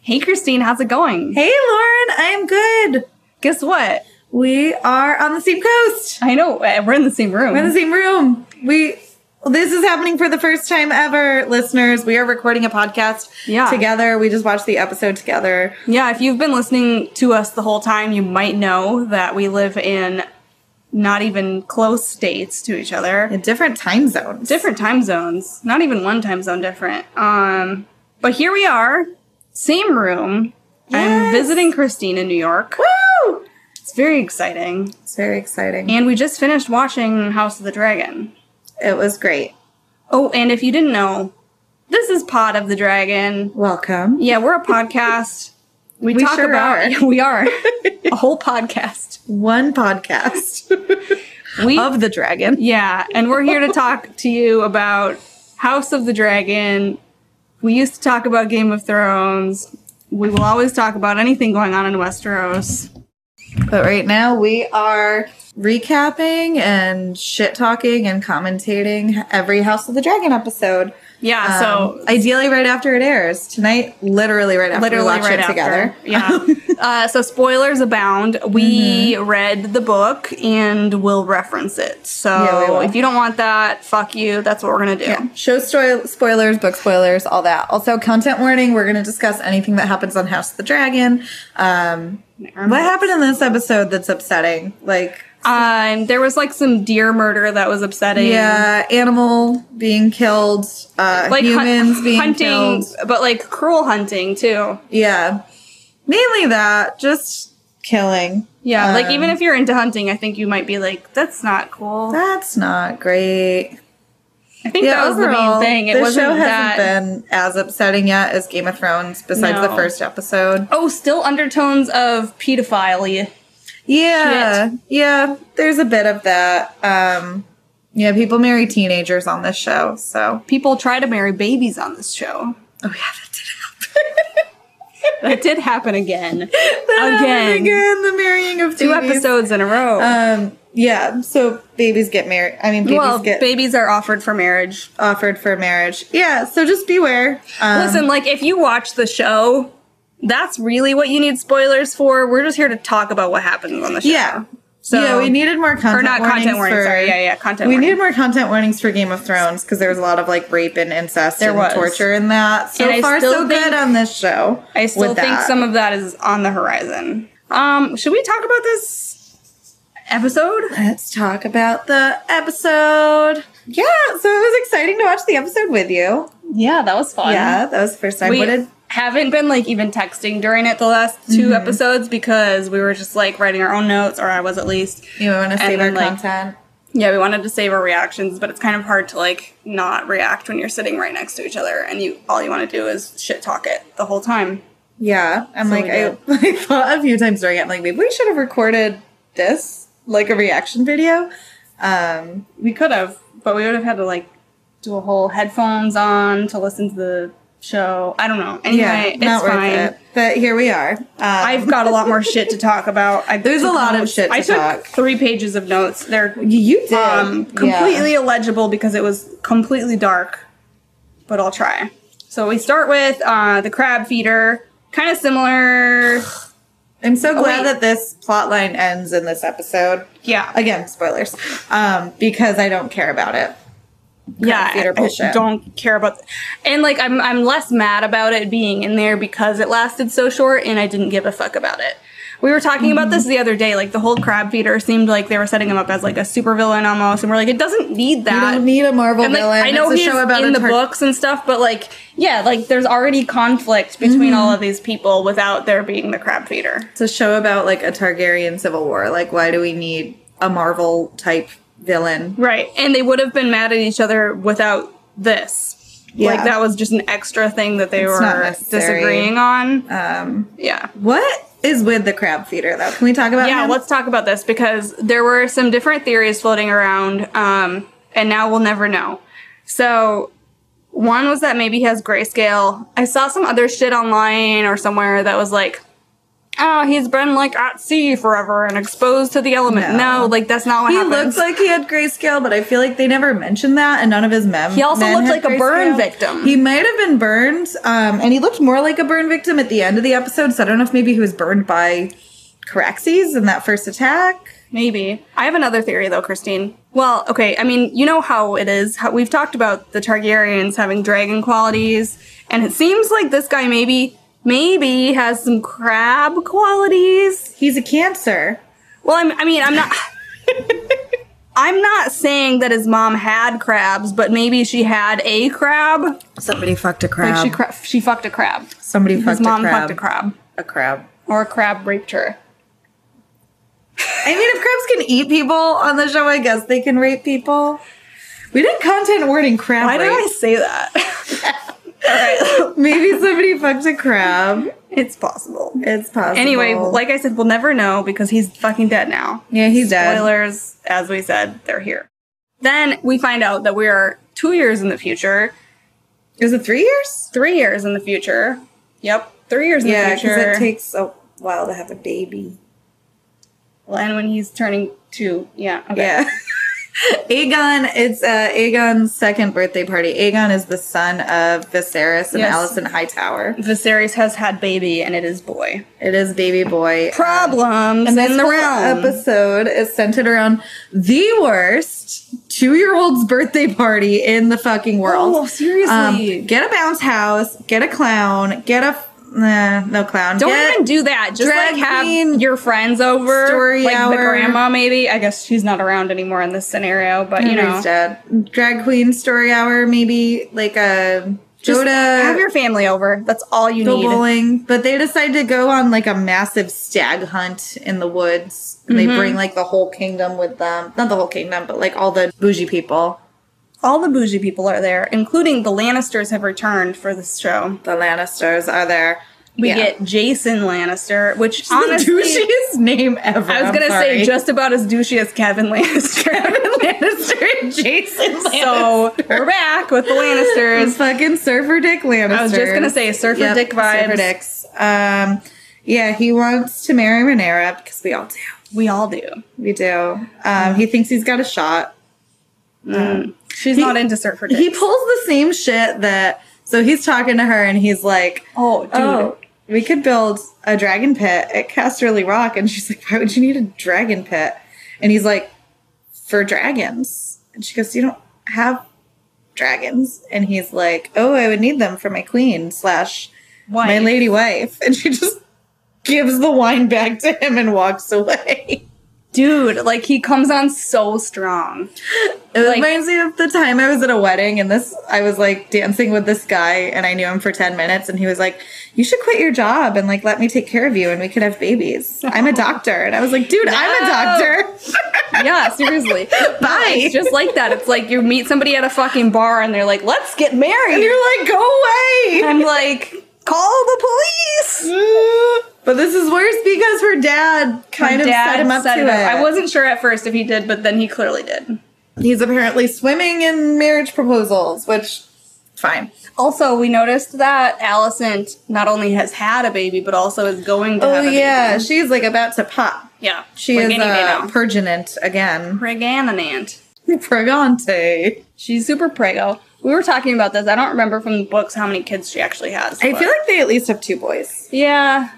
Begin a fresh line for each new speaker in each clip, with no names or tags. Hey, Christine, how's it going?
Hey, Lauren, I'm good.
Guess what?
We are on the same coast.
I know uh, we're in the same room.
We're in the same room. We this is happening for the first time ever, listeners. We are recording a podcast
Yeah.
together. We just watched the episode together.
yeah, if you've been listening to us the whole time, you might know that we live in not even close states to each other.
In different time zones.
different time zones not even one time zone different um but here we are same room i'm
Yes.
visiting christine in new york
Woo!
it's very exciting
It's very exciting.
and we just finished watching house of the dragon
it was great.
oh and if you didn't know this is pod of the dragon
Welcome.
yeah we're a podcast we,
We
talk
sure
about
are.
we are a whole podcast
One podcast
we
of the dragon.
Yeah, and we're here to talk to you about House of the Dragon. We used to talk about Game of Thrones. We will always talk about anything going on in Westeros.
But right now we are recapping and shit talking and commentating every House of the Dragon episode.
Yeah,
Um,
so
ideally right after it airs tonight, literally right after
literally
we watch
right
it
after.
together.
Yeah. uh, so spoilers abound.
Mm-hmm.
We read the book and we'll reference it. So
Yeah, we will.
if you don't want that, fuck you. That's what we're gonna do.
Yeah. Show stoi- spoilers, book spoilers, all that. Also, content warning. We're going to discuss anything that happens on House of the Dragon. Um, what happened in this episode that's upsetting? Like,
Um, there was like some deer murder that was upsetting.
yeah, animal being killed, uh,
Like hun-
humans being
hunting,
killed.
but like cruel hunting too.
Yeah, mainly that. Just killing.
Yeah, like even
Um,
if you're into hunting, I think you might be like, that's not cool.
that's not great.
I think that was the main
overall,
thing. It
the
wasn't
show hasn't
that.
been as upsetting yet as Game of Thrones, besides
No.
the first episode.
Oh, still undertones of pedophilia.
Yeah, yeah. There's a bit of that. Um, yeah, people marry teenagers on this show, so
People try to marry babies on this show.
oh yeah, that did
That did happen again.
happen.
Again.
again, the marrying of
Two
babies.
episodes in a row.
Um, yeah. So babies get married. I mean, babies
well,
get
babies are offered for marriage.
offered for marriage. Yeah. So just beware. Um,
Listen, like if you watch the show, that's really what you need spoilers for. We're just here to talk about what happens on the show.
Yeah.
So-
yeah, we needed more content.
Or not content
warnings
warning,
for-
sorry. Yeah, yeah, content
We
warning.
needed more content warnings for Game of Thrones because there was a lot of like rape and incest
There
and
was.
torture in that. So
And I
far,
still
so
think-
good on this show.
I still
with
think
that.
some of that is on the horizon. Um, should we talk about this episode?
Let's talk about the episode. Yeah, so it was exciting to watch the episode with you.
Yeah, that was fun.
Yeah, that was the first time.
we
What did?
haven't been like even texting during it the last 2
Mm-hmm.
episodes because we were just like writing our own notes, or I was at least.
You want to save our
then, like,
content?
Yeah, we wanted to save our reactions, but it's kind of hard to like not react when you're sitting right next to each other and you all you want to do is shit talk it the whole time.
Yeah, I'm
So
like
we
I, I thought a few times during it. I'm like maybe we should have recorded this like a reaction video. Um,
We could have, but we would have had to like do a whole headphones on to listen to the show. I don't know. Anyway,
yeah,
it's
not worth
fine.
it. But here we are. Um,
I've got a lot more shit to talk about. I
There's a
took
lot of
notes.
shit to
I took
talk.
three pages of notes. They're
you did
um,
Yeah.
completely illegible because it was completely dark, but I'll try. So we start with uh, the crab feeder, kind of similar.
I'm so glad
wait.
that this plot line ends in this episode.
Yeah,
Again, spoilers, um, because I don't care about it.
yeah.
feeder
I- I
bullshit.
don't care about, and like I'm I'm less mad about it being in there because it lasted so short and I didn't give a fuck about it. We were talking
Mm-hmm.
about this the other day. Like the whole crab feeder seemed like they were setting him up as like a supervillain almost, and we're like, it doesn't need that.
You don't need a Marvel
And, like,
villain.
I know
it's
he's
a show about
in
a
the
tar-
books and stuff, but like, yeah, like there's already conflict between all
Mm-hmm.
of these people without there being the crab feeder.
It's a show about like a Targaryen civil war. Like, why do we need a Marvel type villain?
Right. And they would have been mad at each other without this.
Yeah.
Like that was just an extra thing that they
It's not
were
necessary.
disagreeing on.
Um,
yeah.
what is with the crab feeder though? Can we talk about?
Yeah,
him?
let's talk about this because there were some different theories floating around, um, and now we'll never know. So, one was that maybe he has grayscale. I saw some other shit online or somewhere that was like, oh, he's been like at sea forever and exposed to the element.
No.
No, like that's not what
He
happens.
looks like he had grayscale, but I feel like they never mentioned that, and none of his mem.
He also
men
looked
had
like a burn
grayscale.
victim.
He might have been burned, um, and he looked more like a burn victim at the end of the episode. So I don't know if maybe he was burned by Caraxes in that first attack.
Maybe. I have another theory though, Christine. Well, okay, I mean, you know how it is. How, we've talked about the Targaryens having dragon qualities, and it seems like this guy maybe, maybe has some crab qualities.
He's a cancer.
Well, I'm, I mean, I'm not. I'm not saying that his mom had crabs, but maybe she had a crab.
Somebody fucked a crab.
Like she cra- she fucked a crab.
Somebody
His
fucked
mom
a crab.
fucked a crab,
A crab.
or a crab raped her.
I mean, if crabs can eat people on the show, I guess they can rape people. We did content wording crab.
Why did I
rape.
say that? All right,
Maybe somebody fucked a crab.
it's possible.
It's possible.
Anyway, like I said, we'll never know because he's fucking dead now.
yeah, he's dead.
Spoilers, as we said, they're here. Then we find out that we are two years in the future,
Is it three years?
three years in the future. Yep, three years in
Yeah,
the
because
future.
it takes a while to have a baby.
well, and when he's turning two, yeah, okay.
Yeah. Aegon, it's uh, Aegon's second birthday party. Aegon is the son of Viserys and
Yes.
Allison Hightower.
Viserys has had baby, and it is boy.
It is baby boy.
Problems
And this
in the
whole
realm.
episode is centered around the worst two-year-old's birthday party in the fucking world.
Oh, seriously.
Um, get a bounce house. Get a clown. Get a nah, no clown.
Don't
get,
even do that. Just
drag
like have
queen,
your friends over,
story
like
hour.
the grandma maybe. I guess she's not around anymore in this scenario, but you know,
Everybody's dead. Drag queen story hour, maybe like uh, a
Just
go to
have your family over. That's all you
go
need.
bowling. But they decide to go on like a massive stag hunt in the woods. And
Mm-hmm.
They bring like the whole kingdom with them. Not the whole kingdom, but like all the bougie people.
All the bougie people are there, including the Lannisters have returned for this show.
The Lannisters are there.
We
Yeah.
get Jason Lannister, which
The
honestly,
douchiest name ever.
I was
I'm
gonna
sorry.
say just about as douchey as Kevin Lannister.
Lannister and Jason
so we're back with the Lannisters.
fucking surfer dick Lannister.
I was just gonna say surfer
Yep,
dick vibes.
Surfer dicks. Um, yeah, he wants to marry Renera because we all do.
We all do.
We do. Um, he thinks he's got a shot.
Mm. She's
He-
not into surfer dicks.
He pulls the same shit that. So he's talking to her and he's like,
oh, dude.
"Oh, we could build a dragon pit at Casterly Rock," and she's like, "Why would you need a dragon pit?" And he's like, "For dragons." And she goes, "You don't have dragons." And he's like, "Oh, I would need them for my queen slash
Why?
my lady wife." And she just gives the wine back to him and walks away.
dude, like he comes on so strong.
It
Like-
reminds me of the time I was at a wedding and this I was like dancing with this guy and I knew him for 10 minutes and he was like, "You should quit your job and like let me take care of you and we could have babies. I'm a doctor." And I was like, "Dude, I'm a
No.
doctor."
Yeah, seriously.
Bye.
It's just like that. It's like you meet somebody at a fucking bar and they're like, let's get
and
married.
you're like, "Go away."
I'm like, call the police.
But this is worse because her dad kind of set him up
set
to
it
it.
I wasn't sure at first if he did, but then he clearly did.
He's apparently swimming in marriage proposals, which fine.
Also, we noticed that Allison not only has had a baby, but also is going to
Oh
have a
yeah,
baby.
she's like about to pop.
Yeah.
She
like
is
any day
uh,
now.
pregnant again.
Pregnant.
Pregante.
She's super prego. We were talking about this. I don't remember from the books how many kids she actually has.
I
but-
feel like they at least have two boys,
Yeah.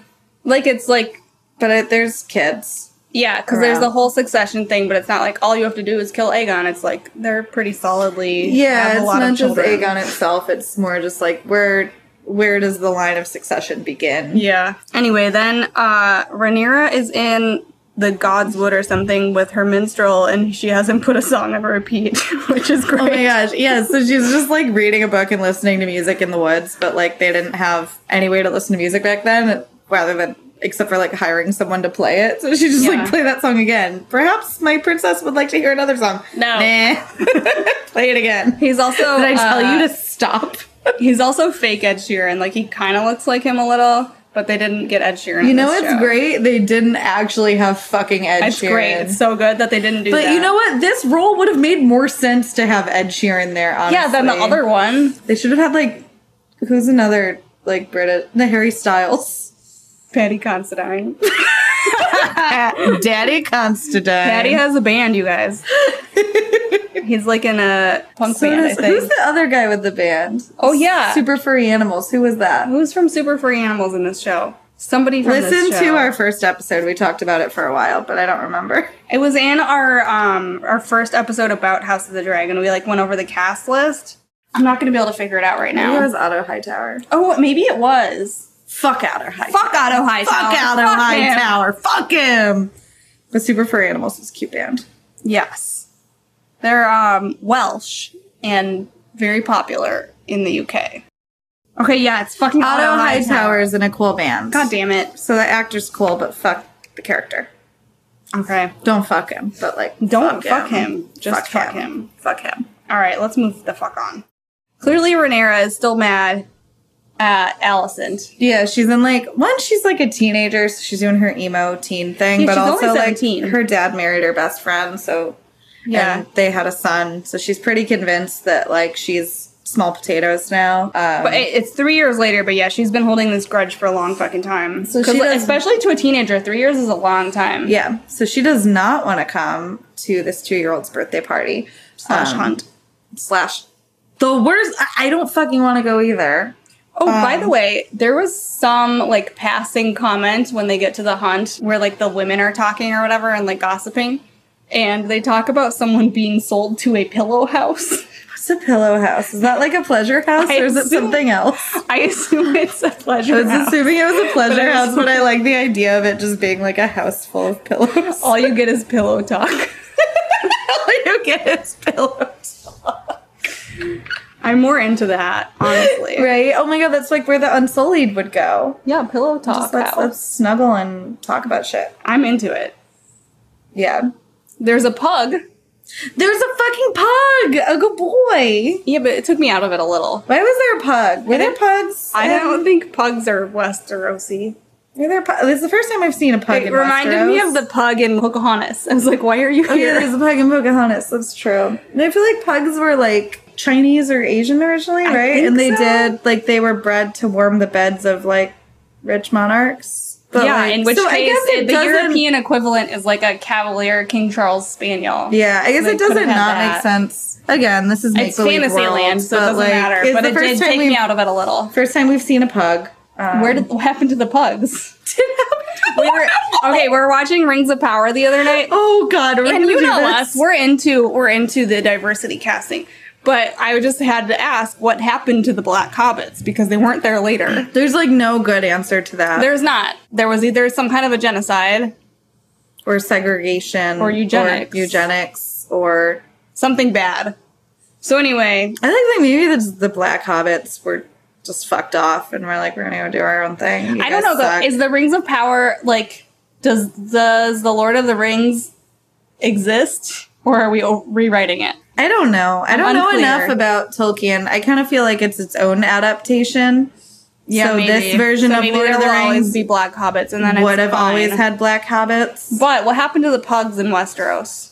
Like it's like
but it, there's kids.
yeah, because there's
Around.
the whole succession thing, but it's not like all you have to do is kill Aegon. It's like they're pretty solidly have
Yeah,
a
it's
lot of
not just
children.
Aegon itself. It's more just like where where does the line of succession begin?
Yeah. Anyway, then uh Rhaenyra is in the Godswood or something with her minstrel, and she has him put a song on repeat, which is great.
Oh my gosh! Yeah, so she's just like reading a book and listening to music in the woods, but like they didn't have any way to listen to music back then, rather than except for like hiring someone to play it. So she just like
Yeah.
play that song again. Perhaps my princess would like to hear another song.
No.
Nah. play it again.
He's also.
Did I tell
uh,
you to stop?
He's also fake Ed Sheeran. Like he kind of looks like him a little, but they didn't get Ed Sheeran.
You
in
know
this
it's
show.
great they didn't actually have fucking Ed
It's
Sheeran.
great. It's so good that they didn't do
but
that.
you know what? This role would have made more sense to have Ed Sheeran there. Honestly.
Yeah, than the other one.
They should have had like who's another like British the Harry Styles.
Patty Considine.
Daddy Constantine.
Patty has a band, you guys. He's like in a punk
So
band,
does-
I think.
who's the other guy with the band?
Oh, yeah.
Super Furry Animals. Who was that?
Who's from Super Free Animals in this show? Somebody from this
Listen to
show.
our first episode. We talked about it for a while, but I don't remember.
It was in our um our first episode about House of the Dragon. We like went over the cast list. I'm not gonna be able to figure it out right
Maybe
now.
it was Otto Hightower.
oh, maybe it was.
Fuck Otto Hightower.
Fuck Otto Hightower.
Fuck Otto
Fuck him.
Hightower. Fuck him. But Super Furry Animals was a cute band.
Yes, they're um Welsh and very popular in the UK. Okay, yeah, it's fucking
Otto, Hightower is in a cool band.
God damn it.
So the actor's cool, but fuck the character.
Okay.
Don't fuck him, but like
Don't fuck him. Just fuck him.
Fuck him.
All right, let's move the fuck on. Clearly, Renera is still mad at Allison.
Yeah, she's in like one. She's like a teenager, so she's doing her emo teen thing.
Yeah,
but
she's only
also like
17.
her dad married her best friend, so
Yeah.
and they had a son. So she's pretty convinced that like she's small potatoes now. Um,
But it, it's three years later, but yeah, she's been holding this grudge for a long fucking time.
So
'Cause,
she
like,
does-
especially to a teenager, three years is a long time.
yeah, so she does not want to come to this two year old's birthday party
Slash
Um,
hunt.
slash. The worst. I- I don't fucking want to go either.
Oh, by
um,
the way, there was some like passing comment when they get to the hunt where like the women are talking or whatever and like gossiping. And they talk about someone being sold to a pillow house.
What's a pillow house? Is that like a pleasure house,
I
or is it
assume-
something else?
I assume it's a pleasure.
I was
house.
assuming it was a
But
pleasure
I was-
house, but I like the idea of it just being like a house full of pillows.
All you get is pillow talk.
All you get is pillows.
I'm more into that, honestly.
Right? Oh my god, that's like where the unsullied would go.
Yeah, pillow talk
Just let's,
house.
let's snuggle and talk about shit.
I'm into it.
Yeah.
There's a pug.
There's a fucking pug! A good boy!
Yeah, but it took me out of it a little.
Why was there a pug? Were
I
there
don't-
pugs?
I
in-
don't think pugs are Westerosi.
Were there pu- this is the first time I've seen a pug
It
in
reminded me
Westeros.
of the pug in Pocahontas. I was like, why are you
Oh yeah,
here?
there's a pug in Pocahontas. That's true. And I feel like pugs were like Chinese or Asian originally,
I
right?
think
and they
so.
did like they were bred to warm the beds of like rich monarchs.
yeah,
like,
in which
so I
case
guess it
the
doesn't-
European equivalent is like a Cavalier King Charles Spaniel.
Yeah, I guess
They
it doesn't
could've had
not
that.
make sense. Again, this is make
It's fantasy land, so it doesn't matter. But it did take me out of it a little.
First time we've seen a pug. Um,
Where did what happened to the pugs?
did happen?
We were okay. We were watching Rings of Power the other night,
Oh God, are we
and
gonna
you
do
know us.
this?
We're into we're into the diversity casting. But I just had to ask what happened to the Black Hobbits because they weren't there later.
There's like no good answer to that.
There's not. There was either some kind of a genocide,
or segregation,
Or eugenics.
or eugenics, or
something bad. So anyway,
I think that maybe the, the Black Hobbits were just fucked off, and we're like, we're gonna go do our own thing. You
I don't
guys
know though.
suck.
Is the Rings of Power like does does the Lord of the Rings exist, or are we o- rewriting it?
I don't know. I don't know
unclear.
enough about Tolkien. I kind of feel like it's its own adaptation. so this
maybe.
version
So
of
maybe
Lord
there
of the
will always
Rings
be black hobbits, and then
would
it's
have always
fine.
had black hobbits.
But what happened to the pugs in Westeros?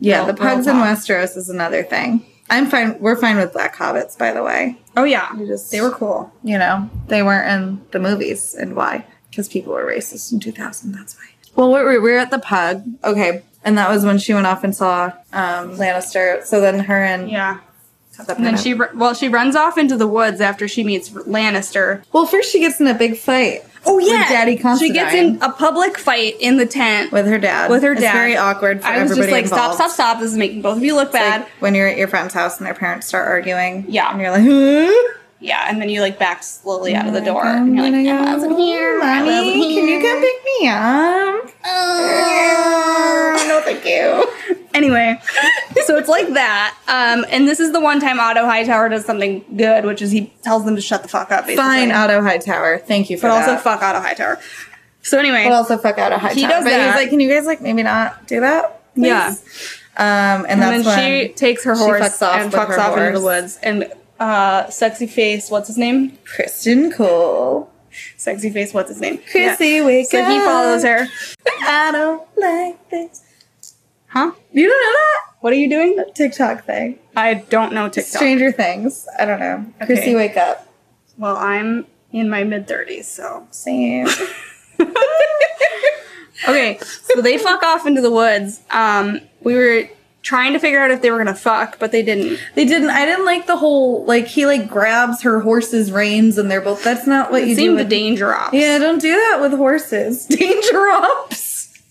Yeah,
Real-
the pugs
real
in
talk.
Westeros is another thing. I'm fine. We're fine with black hobbits, by the way.
Oh yeah,
just-
they were cool.
You know, they weren't in the movies, and why? Because people were racist in 2000. That's why. Well, we we were at the pug. Okay, and that was when she went off and saw um, Lannister. So then her and
Yeah.
Cut that
And then
part out.
she ru- well she runs off into the woods after she meets Lannister.
Well, first she gets in a big fight. with Daddy
Oh, She
Considine.
gets in a public fight in the tent.
with her dad.
with her dad.
It's very awkward for
I was just
everybody
like,
involved.
stop, stop, stop! This is making both of you look
It's
bad.
Like when you're at your friend's house and their parents start arguing.
Yeah.
And you're like, huh?
Yeah, and then you like back slowly out of the door, and
I'm
you're like, "Oh,
gonna
"I
go.
wasn't here, I
Mommy,
wasn't
can
here."
you come pick me up? Oh, no, thank you.
Anyway, so it's like that. Um, and this is the one time Otto Hightower does something good, which is he tells them to shut the fuck up. Basically.
Fine, Otto Hightower. Thank you for
but also
that.
fuck Otto Hightower. So anyway,
But also fuck out a high
He
tower.
does
but
that.
he's like, can you guys like maybe not do that? please?"
Yeah.
Um, and,
and
that's
then
when
she takes her
she
horse
fucks off
and
with
fucks
her
off into the
horse.
woods. And uh, sexy face, what's his name?
Kristen Cole.
Sexy face, what's his name?
Chrissy,
Yeah.
wake
So he
up.
follows her.
I don't like this.
Huh?
You don't know
What are you doing?
that TikTok thing?
I don't know TikTok.
Stranger Things. I don't know.
Okay.
Chrissy, wake up.
Well, I'm in my mid thirties, so
Same.
okay. So they fuck off into the woods. Um, we were trying to figure out if they were gonna fuck, but they didn't.
they didn't. I didn't like the whole like he like grabs her horse's reins and they're both. That's not what
It
you do.
seemed the
with-
danger off.
Yeah, don't do that with horses. Danger ops.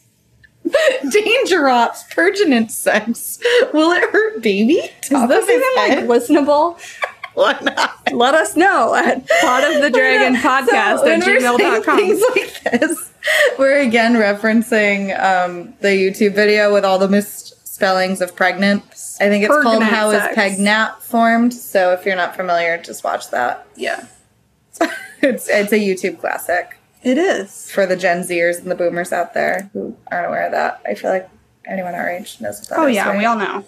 Danger ops. Pertinent sex. Will it hurt baby?
Is
Top
this
of his
even like
head?
listenable?
Why not?
Let us know at pot of the dragon podcast
So
at
when we're saying Things
gmail.com.
like this. We're again referencing um, the YouTube video with all the misspellings of pregnant. I think it's called
Pregnant
"How Is
sex.
Pregnant Formed." So if you're not familiar, just watch that.
Yeah.
it's it's a YouTube classic
It is.
for the Gen Zers and the Boomers out there who aren't aware of that. I feel like anyone our age knows what that
Oh
is,
yeah,
right?
we all know.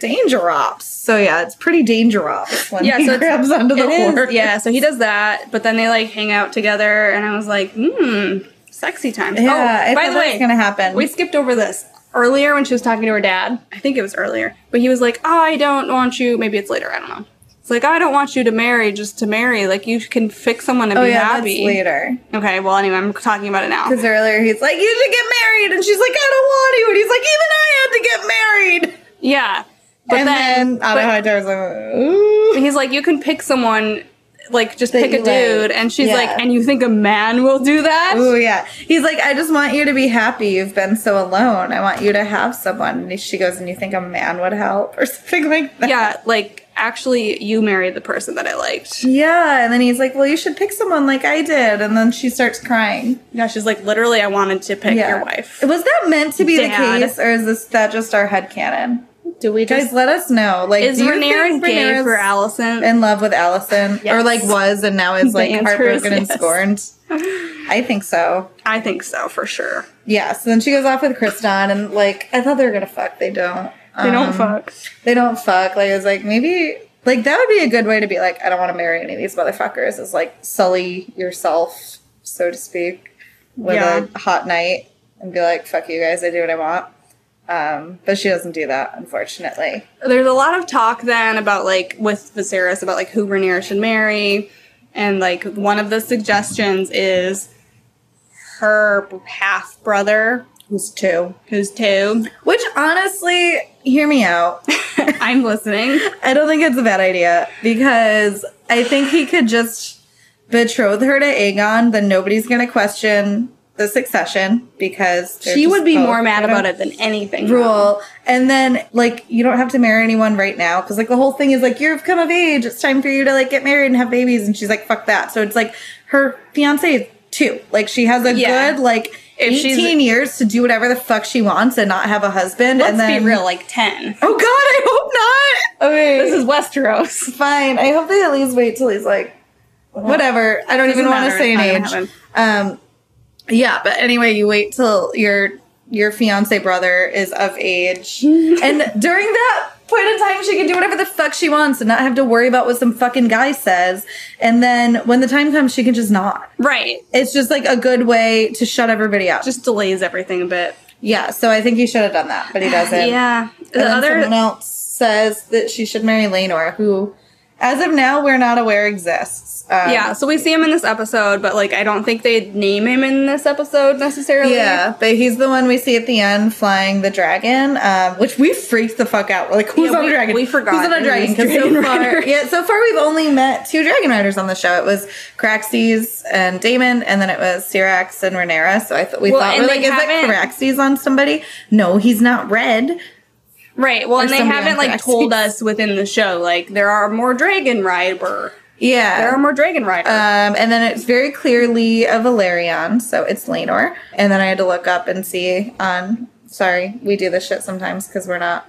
danger ops. So yeah, it's pretty danger ops when
Yeah,
he
so it's-
grabs onto the
It is-
horse.
Yeah, so he does that, but then they like hang out together and I was like, hmm, sexy time.
yeah.
oh,
I
by
thought
the
that was
way,
gonna happen.
We skipped over this earlier when she was talking to her dad. I think it was earlier, but he was like, "I don't want you." Maybe it's later. I don't know. It's like I don't want you to marry just to marry. Like you can fix someone and
oh
be
yeah,
happy.
that's later.
Okay. Well, anyway, I'm talking about it now.
Because earlier he's like, "You should get married," and she's like, "I don't want to," and he's like, "Even I had to get married."
Yeah, but
and
then,
then, out of
but
high was like, "Ooh."
he's like, "You can pick someone." Like just
That
pick a
you like.
dude, and she's
Yeah.
like, and you think a man will do that?
Oh yeah. He's like, I just want you to be happy. You've been so alone. I want you to have someone. And she goes, and you think a man would help or something like that.
Yeah, like actually, you married the person that I liked.
Yeah. And then he's like, Well, you should pick someone like I did. And then she starts crying.
Yeah, she's like, literally, I wanted to pick
yeah.
your wife.
Was that meant to be
Dad.
the case, or is this that just our headcanon?
Do we
Guys, let us know. Like,
Is
do you
Rhaenyra
think
gay
Rhaenyra's
for Allison?
in love with Allison, or
Yes.
like was and now is
The
like
answer is
heartbroken and
yes.
scorned? I think so.
I think so for sure.
Yeah. So then she goes off with Kriston, and like I thought they were gonna fuck. They don't.
They don't
Um,
fuck.
They don't fuck. Like it's like maybe like that would be a good way to be like I don't want to marry any of these motherfuckers. Is like sully yourself, so to speak, with
Yeah.
a hot night and be like fuck you guys. I do what I want. Um, but she doesn't do that, unfortunately.
There's a lot of talk then about like with Viserys about like who Rhaenyra should marry, and like one of the suggestions is her half brother
Who's two?
who's two.
Which honestly, hear me out.
I'm listening.
I don't think it's a bad idea because I think he could just betroth her to Aegon, then nobody's going to question the succession because they're
She
just
would be
both
more mad
gonna
about it than anything.
Rule. And then, like, you don't have to marry anyone right now because, like, the whole thing is like, you've come of age. It's time for you to, like, get married and have babies. And she's like, fuck that. So it's like her fiance is two. Like, she has a
Yeah.
good, like,
If she's-
18 years to do whatever the fuck she wants and not have a husband.
Let's
and then,
be real, like ten.
Oh, God, I hope not. Okay.
This is Westeros.
fine. I hope they at least wait till he's like, whatever. I don't
Doesn't
even want
matter.
to say an
It's not
age.
gonna
Um, yeah, but anyway, you wait till your your fiance brother is of age, and during that point in time, she can do whatever the fuck she wants and not have to worry about what some fucking guy says. And then when the time comes, she can just not.
Right.
It's just like a good way to shut everybody out.
Just delays everything a bit.
yeah, so I think he should have done that, but he doesn't.
Yeah.
And
The
then
other
someone else says that she should marry Lenor, who, as of now, we're not aware exists. Um,
Yeah, so we see him in this episode, but like I don't think they name him in this episode necessarily.
Yeah, but he's the one we see at the end flying the dragon, um, which we freaked the fuck out. We're like, who's
Yeah,
on
we-
a dragon?
we forgot
Who's on a
it
dragon?
was
'Cause so
dragon
far,
rider.
yeah, so far we've only met two dragon riders on the show. It was Craxes and Damon, and then it was Syrax and Renera. So I thought we
Well,
thought
and
we're
they
like, is that
haven't-
Craxes on somebody? No, he's not red.
Right. Well, and they
somebody
haven't
on
like
Craxes.
told us within the show like there are more dragon rider.
Yeah,
There are more dragon rider.
Um, and then it's very clearly a Valerian, so it's Lenor. And um, then I had to look up and see on. Sorry, we do this shit sometimes because we're not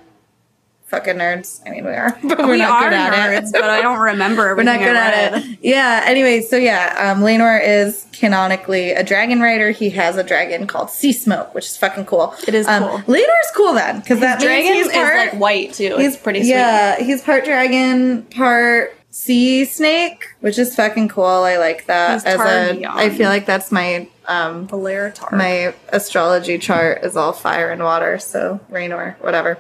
fucking nerds. I mean, we are, but
We're
we're not good at
nerds,
it.
but I don't remember.
We're not good at it. Yeah. Anyway, so yeah, um, Lanor is canonically a dragon rider. He has a dragon called Sea Smoke, which is fucking cool.
It is
um,
cool.
Lanor's cool then, because that means
Dragon
he's
is
part.
like white too. It's pretty sweet.
Yeah, he's part dragon, part sea snake, which is fucking cool. I like that.
He's
as a,
Targaryen.
I feel like that's my um
Valeritar.
my astrology chart is all fire and water. So Raynor, whatever.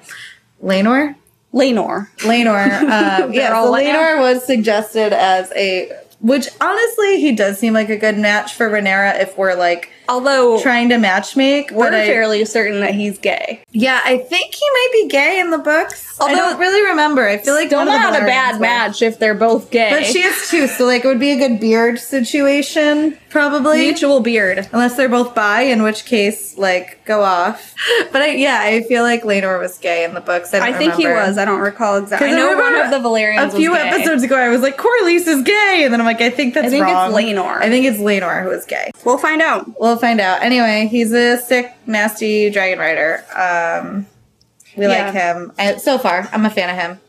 Lanor,
Lenor.
Lanor. Um, yeah,
all
so
Lanor?
Lanor was suggested as a, which honestly, he does seem like a good match for Renera if we're like
Although
trying to matchmake.
we're
but I-
fairly certain that he's gay.
yeah, I think he might be gay in the books. I
Although-
don't really remember. I feel like
Still
one of the
not a
Valerians
bad
were.
match if they're both gay.
But she is too, so like it would be a good beard situation, probably.
mutual beard.
Unless they're both bi, in which case, like, go off. But I, yeah, I feel like Lanor was gay in the books. I,
I
don't
think he
remember.
was. I don't recall exactly.
'Cause
I
I
know one
remember
of the Valerians.
A few
was gay.
episodes ago, I was like, Corliss is gay, and then I'm like, I think that's
I think it's
wrong.
Lanor.
I think it's Lanor who is gay.
We'll find out.
We'll find out. Anyway, he's a sick, nasty dragon rider. Um, we
Yeah.
like him. I, so far, I'm a fan of him.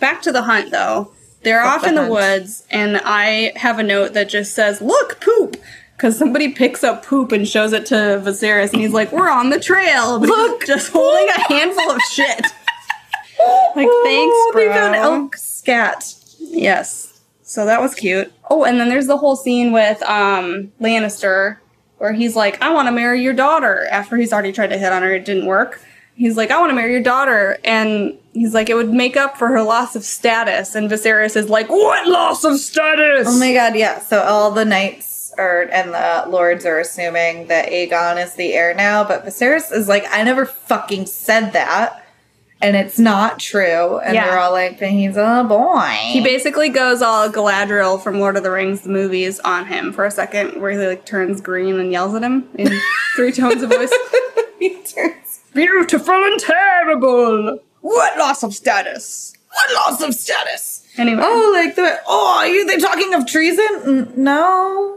Back to the hunt, though. They're
Fuck
off
the
in the
hunt.
woods, and I have a note that just says, "Look, poop," because somebody picks up poop and shows it to Viserys, and he's like, "We're on the trail." But Look, just holding a handful of shit. Like, thanks,
They found
bro.
elk scat.
Yes. So that was cute. Oh, and then there's the whole scene with um Lannister where he's like, I want to marry your daughter after he's already tried to hit on her, it didn't work. He's like, I want to marry your daughter. And he's like, it would make up for her loss of status. And Viserys is like, What loss of status?
Oh my god, yeah. So all the knights are and the lords are assuming that Aegon is the heir now, but Viserys is like, I never fucking said that. And it's not true. And
Yeah.
they're all like, then he's a boy.
He basically goes all Galadriel from Lord of the Rings the movies on him for a second, where he like turns green and yells at him in three tones of voice. Beautiful and terrible. What loss of status?
what loss of status?
Anyway.
Oh, like the oh, are you they talking of treason? N- No.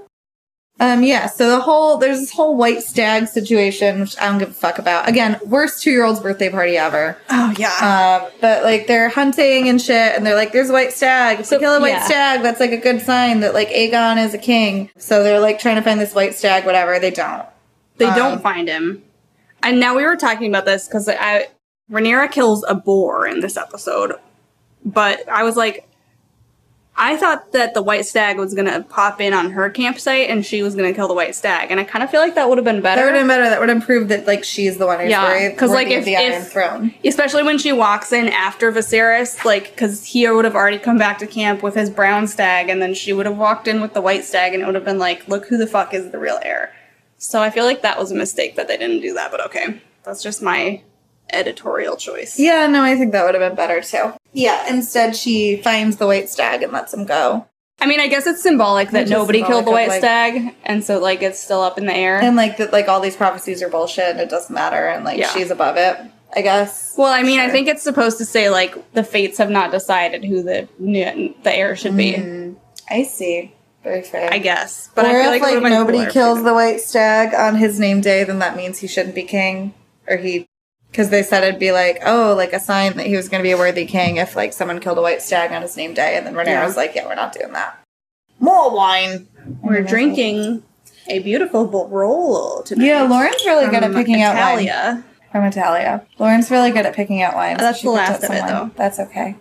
Um, yeah, so the whole there's this whole white stag situation, which I don't give a fuck about. Again, worst two year old's birthday party ever.
Oh yeah.
Um, but like they're hunting and shit, and they're like, "There's a white stag. If
So-
you kill a white
yeah.
stag, that's like a good sign that like Aegon is a king." So they're like trying to find this white stag. Whatever, they don't.
they
um,
don't find him. And now we were talking about this because I Rhaenyra kills a boar in this episode, but I was like, I thought that the white stag was gonna pop in on her campsite and she was gonna kill the white stag, and I kind of feel like that would have been
That would
better.
have better. That would improve that like she's the one who's
Yeah,
worried
'cause, like,
worthy of
if-
the Iron
if-
Throne.
Especially when she walks in after Viserys, like, because he would have already come back to camp with his brown stag, and then she would have walked in with the white stag, and it would have been like, look who the fuck is the real heir. So I feel like that was a mistake that they didn't do that, but okay. That's just my editorial choice.
Yeah, no, I think that would have been better too. Yeah, instead she finds the white stag and lets him go,
I mean, I guess it's symbolic that
Which is
nobody killed
symbolic
the
of,
white
like-
stag, and so, like, it's still up in the air.
and like that, like all these prophecies are bullshit. and It doesn't matter, and like
Yeah.
she's above it, I guess.
well, I mean, I
Sure.
think it's supposed to say, like, the fates have not decided who the, the heir should be,
Mm, I see. Very fair.
I guess. But
or
I feel
if
it
like,
would've been
nobody
cooler if they
kills
did.
the white stag on his name day, then that means he shouldn't be king, or he, because they said it'd be like oh, like a sign that he was going to be a worthy king if like someone killed a white stag on his name day, and then Renera
Yeah.
was like, yeah, we're not doing that. More wine.
We're drinking a beautiful bo- roll today.
Yeah, Lauren's really good at
from
picking out wine.
Italia.
From Italia, Lauren's really good at picking out wine.
That's
she
the
picked
last
out
of it,
some wine.
though.
That's okay.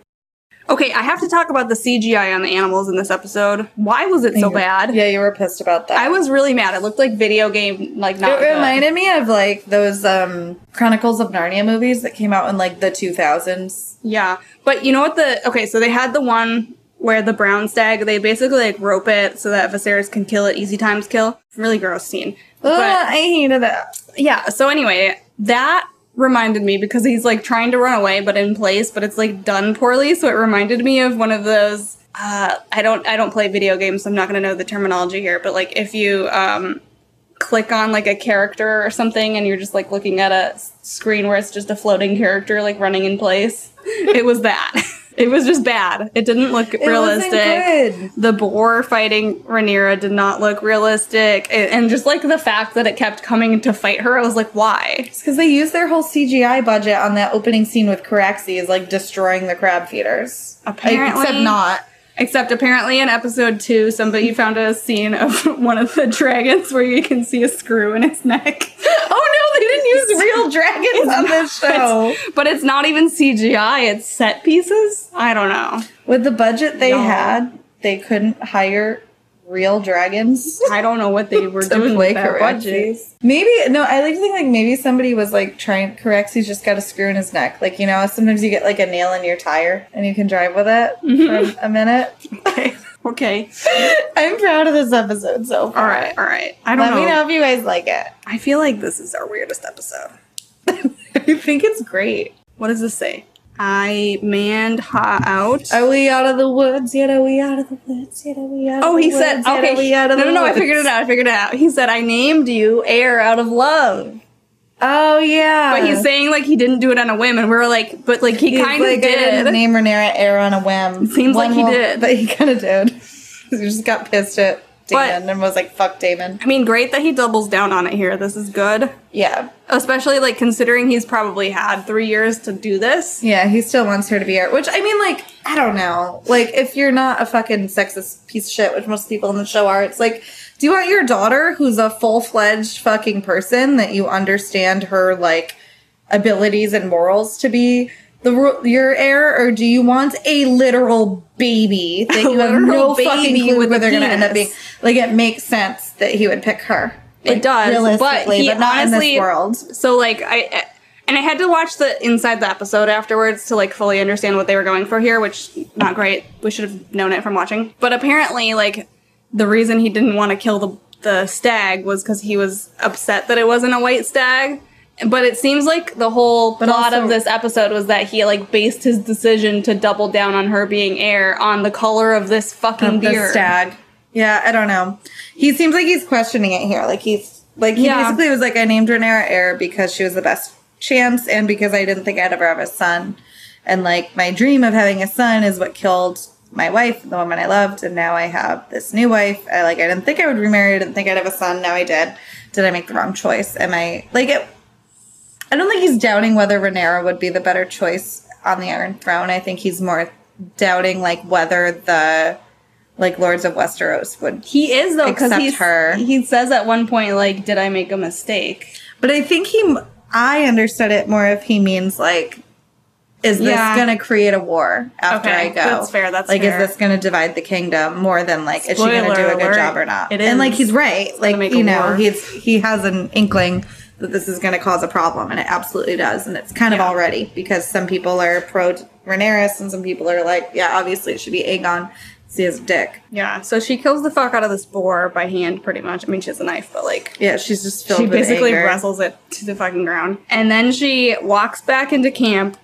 Okay, I have to talk about the CGI on the animals in this episode. Why was it so
You-
bad?
Yeah, you were pissed about that.
I was really mad. It looked like video game, like not.
It
good.
reminded me of like those um Chronicles of Narnia movies that came out in like the 2000s.
Yeah, but you know what the okay? So they had the one where the brown stag. They basically like rope it so that Viserys can kill it. Easy times kill. Really gross scene.
Ugh,
But-
I hated that.
yeah. So anyway, that reminded me because he's like trying to run away but in place, but it's like done poorly. So it reminded me of one of those. Uh, I don't I don't play video games, so I'm not gonna know the terminology here. But like if you um, click on like a character or something, and you're just like looking at a s- screen where it's just a floating character like running in place, it was that. It was just bad. It didn't look realistic.
good.
The boar fighting Rhaenyra did not look realistic, A- and just like the fact that it kept coming to fight her, I was like, why?
It's because they used their whole CGI budget on that opening scene with Caraxi is like destroying the crab feeders.
Apparently-
Except not.
Except apparently in episode two, somebody found a scene of one of the dragons where you can see a screw in its neck.
Oh no, they didn't use real dragons on this show.
But it's not even CGI, it's set pieces. I don't know.
With the budget they
No.
had, they couldn't hire real dragons.
I don't know what they were
to
doing
play
with that budget.
Caraxes. Maybe no, I like to think like maybe somebody was like trying Caraxes just got a screw in his neck. Like, you know, sometimes you get like a nail in your tire and you can drive with it for a minute.
Okay. Okay.
Mm-hmm. I'm proud of this episode so far.
All right. All right. I don't
Let me know if you guys like it.
I feel like this is our weirdest episode.
I think it's great.
What does this say? I manned ha out.
Are we out of the woods yet? Are we out of the woods yet? Are we out of
Oh,
the
he
woods
said,
yet?
okay.
Are we out
No,
of
no,
the
no. I
woods?
figured it out. I figured it out. He said, I named you air out of love.
Oh, yeah.
But he's saying, like, he didn't do it on a whim. And we were like, but, like, he
He's
kind of
like, I
did.
didn't name Renera air on a whim.
Seems like he
won't-
did.
But he kind of did. he just got pissed at
But-
Damon and was like, fuck Damon.
I mean, great that he doubles down on it here. This is good.
Yeah.
Especially, like, considering he's probably had three years to do this.
Yeah, he still wants her to be air. Which, I mean, like, I don't know. Like, if you're not a fucking sexist piece of shit, which most people in the show are, it's like, do you want your daughter, who's a full fledged fucking person, that you understand her, like, abilities and morals to be the ru- your heir, or do you want a literal baby that you have
literal
no fucking
baby
clue
with
where
a
they're going to end up being?
penis.
Like, it makes sense that he would pick her. Like,
it does. But
realistically,
he
not
honestly.
in this world.
So like I I- and I had to watch the inside the episode afterwards to like fully understand what they were going for here, which not great. We should have known it from watching. But apparently like the reason he didn't want to kill the the stag was cuz he was upset that it wasn't a white stag. But it seems like the whole plot
also-
of this episode was that he like based his decision to double down on her being heir on the color of this fucking
of the
beard.
stag. Yeah, I don't know. He seems like he's questioning it here. Like he's like he
Yeah.
basically was like, I named Renera Air because she was the best chance and because I didn't think I'd ever have a son. And like my dream of having a son is what killed my wife, the woman I loved, and now I have this new wife. I like I didn't think I would remarry, I didn't think I'd have a son, now I did. Did I make the wrong choice? Am I like it I don't think he's doubting whether Renera would be the better choice on the Iron Throne. I think he's more doubting like whether the like Lords of Westeros would.
He is though cuz
Except
he's
her.
he says at one point like did I make a mistake?
But I think he, I understood it more if he means like, is this
Yeah.
going to create a war after
Okay,
I go?
that's fair, that's
like,
fair.
is this going to divide the kingdom more than like is she going to do
Spoiler
a good
alert,
job or not?
it
and like
is.
he's right. Like
make
you
a
know
war.
he's he has an inkling. That this is going to cause a problem, and it absolutely does, and it's kind of
Yeah.
already because some people are pro Rhaenyra, and some people are like, yeah, obviously it should be Aegon. 'cause He has a dick.
Yeah, so she kills the fuck out of this boar by hand, pretty much. I mean, she has a knife, but like,
Yeah, she's just filled
she
with
basically
anger.
wrestles it to the fucking ground. And then she walks back into camp,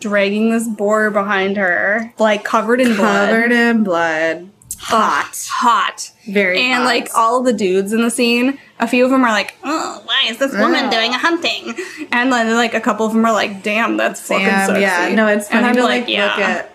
dragging this boar behind her, like covered in blood.
covered in blood, hot.
Hot.
Very
And
hot.
like all of the dudes in the scene, a few of them are like, oh, why is this woman
Ugh.
doing a hunting? And then like a couple of them are like, damn, that's fucking
Damn,
sexy.
yeah, no, it's
And
funny
I'm
to like, look at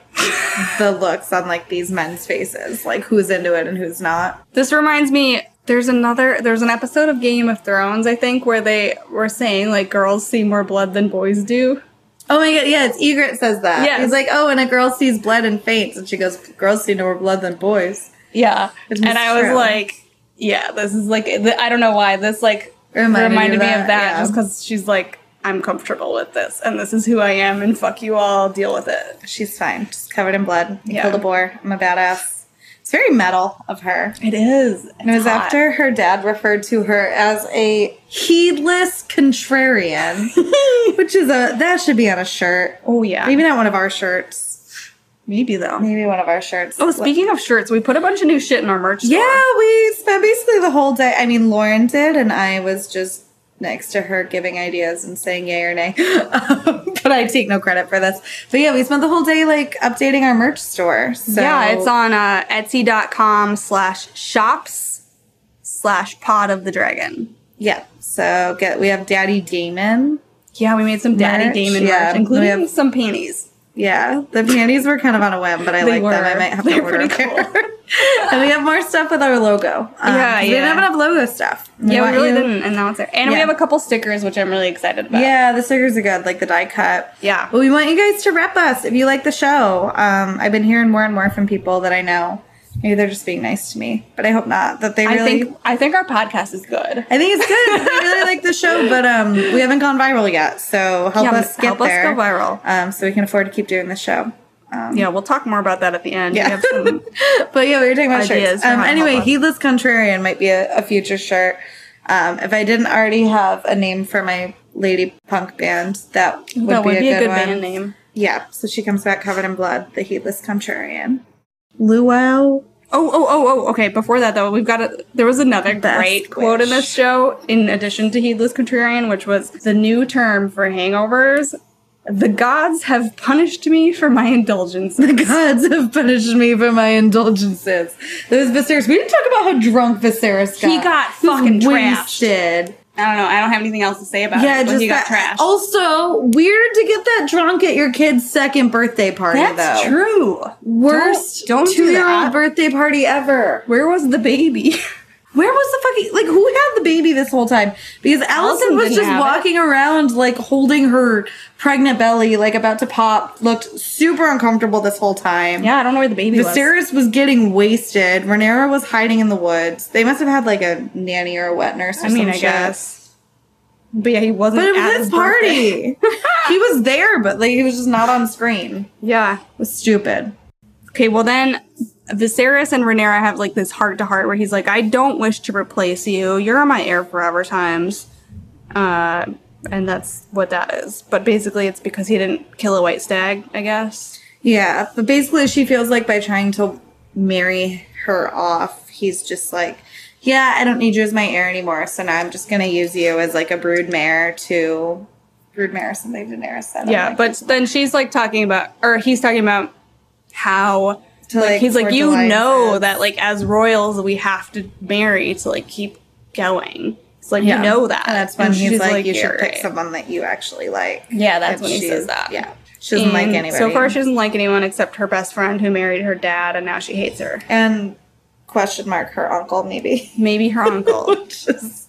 the looks on like these men's faces, like who's into it and who's not.
This reminds me there's another there's an episode of Game of Thrones I think where they were saying like girls see more blood than boys do.
Oh my god, yeah, it's Egret says that.
Yes.
he's like, oh, and a girl sees blood and faints, and she goes, girls see more blood than boys.
Yeah.
It's
and I was
true.
like yeah, this is like th- I don't know why this like
Reminded
reminded, me
me of that,
of that
yeah.
just cuz she's like I'm comfortable with this and this is who I am and fuck you all, deal with it.
She's fine, just covered in blood. I
Yeah.
Killed a boar. I'm a badass. It's very metal of her.
It is.
And it was after her dad referred to her as a heedless contrarian, which is a that should be on a shirt.
Oh yeah.
Maybe not one of our shirts.
maybe though.
Maybe one of our shirts.
Oh, speaking of shirts, we put a bunch of new shit in our merch store.
Yeah, we spent basically the whole day. I mean, Lauren did, and I was just next to her giving ideas and saying yay or nay. but I take no credit for this. But yeah, we spent the whole day like updating our merch store. So
Yeah, it's on uh, Etsy.com slash shops slash pod of the dragon.
Yeah, so get we have Daddy Damon.
Yeah, we made some Daddy
Merch,
Damon
yeah.
merch, including
We have-
some panties.
Yeah, the panties were kind of on a whim, but I
They
like them. I
were.
might have to
They're
order a
pretty
pair. and we have more stuff with our logo. Um, 'cause We
yeah.
didn't have enough logo stuff.
yeah,
want
we really
you-
didn't, and now it's there. And we
Yeah.
have a couple stickers, which I'm really excited about.
Yeah, the stickers are good, like the die cut.
Yeah.
But we want you guys to rep us if you like the show. Um, I've been hearing more and more from people that I know. Maybe they're just being nice to me, but I hope not. That they really.
I think I think our podcast is good.
I think it's good. 'cause I really like the show, but um, we haven't gone viral yet. So help
Yeah,
us get
help us
there.
go viral.
Um, so we can afford to keep doing the show. Um,
Yeah, we'll talk more about that at the end.
Yeah.
We have some,
but yeah, we were talking about
Ideas
shirts.
for
Um,
how to
anyway,
help us.
Heedless Contrarian might be a, a future shirt. Um, if I didn't already have a name for my lady punk band, that would,
that
be, a good, one.
band name.
Yeah, so she comes back covered in blood, the Heedless Contrarian. Luau.
Oh, oh, oh, oh, okay. Before that, though, we've got a. There was another
Best
great quote in this
wish.
show, in addition to Heedless Contrarian, which was the new term for hangovers. The gods have punished me for my indulgence.
The gods have punished me for my indulgences. Those Viserys. We didn't talk about how drunk Viserys got.
He got
He was
fucking trashed.
wasted.
I don't know. I don't have anything else to say about
Yeah,
it. but
just
he got
that-
trashed.
Also, weird to get that drunk at your kid's second birthday party.
that's
though.
true.
Worst
Don't- don't do
two-year-old
that.
birthday party ever.
Where was the baby?
Where was the fucking like who had the baby this whole time? Because Allison, was
didn't
just
have it.
walking around like holding her pregnant belly, like about to pop, looked super uncomfortable this whole time.
yeah, I don't know where the baby was.
Viserys was getting wasted. Renera was hiding in the woods. They must have had like a nanny or a wet nurse. Or
I mean,
some
I
shit.
guess. But yeah, he wasn't.
But it
at
was his
birthday.
party. he was there, but like he was just not on screen.
Yeah.
It was stupid.
Okay, well then Viserys and Rhaenyra have like this heart to heart where he's like, I don't wish to replace you. You're my heir forever times. Uh and that's what that is. But basically it's because he didn't kill a white stag, I guess.
Yeah, but basically, she feels like by trying to marry her off, he's just like, yeah, I don't need you as my heir anymore. So now I'm just gonna use you as like a brood mare to brood mare or something Daenerys said. I'm
Yeah,
like,
but then she's like talking about or he's talking about how
To,
like,
like,
he's like,
forge
You know
alliances."
that like as royals we have to marry to like keep going. It's like
Yeah.
you know that.
and that's when
And
he's
she's
like, you
"Yeah,
should pick
right."
someone that you actually like.
Yeah, that's when he
she-
says that.
Yeah, she doesn't like
And
anybody.
So far, she doesn't like anyone except her best friend who married her dad, and now she hates her.
and question mark her uncle maybe,
Maybe her uncle.
which is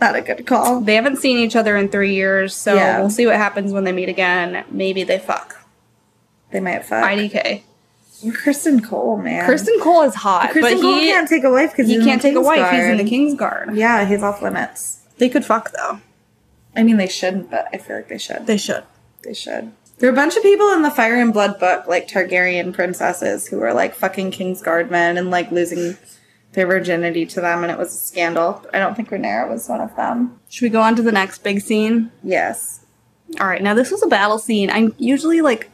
not a good call.
They haven't seen each other in three years, so
Yeah.
we'll see what happens when they meet again. Maybe they fuck.
They might fuck.
IDK.
Kristen Cole, man.
Kirsten Cole is hot,
Kristen
but
Cole
he
can't take a wife because
he can't take a wife. He's in the
Kingsguard.
King's Guard.
Yeah, he's off limits.
They could fuck though.
I mean, they shouldn't, but I feel like they should.
They should.
They should. There are a bunch of people in the Fire and Blood book, like Targaryen princesses, who were like fucking King's Guard men and like losing their virginity to them, and it was a scandal. I don't think Rhaenyra was one of them.
Should we go on to the next big scene?
Yes.
All right, now this was a battle scene. I'm usually like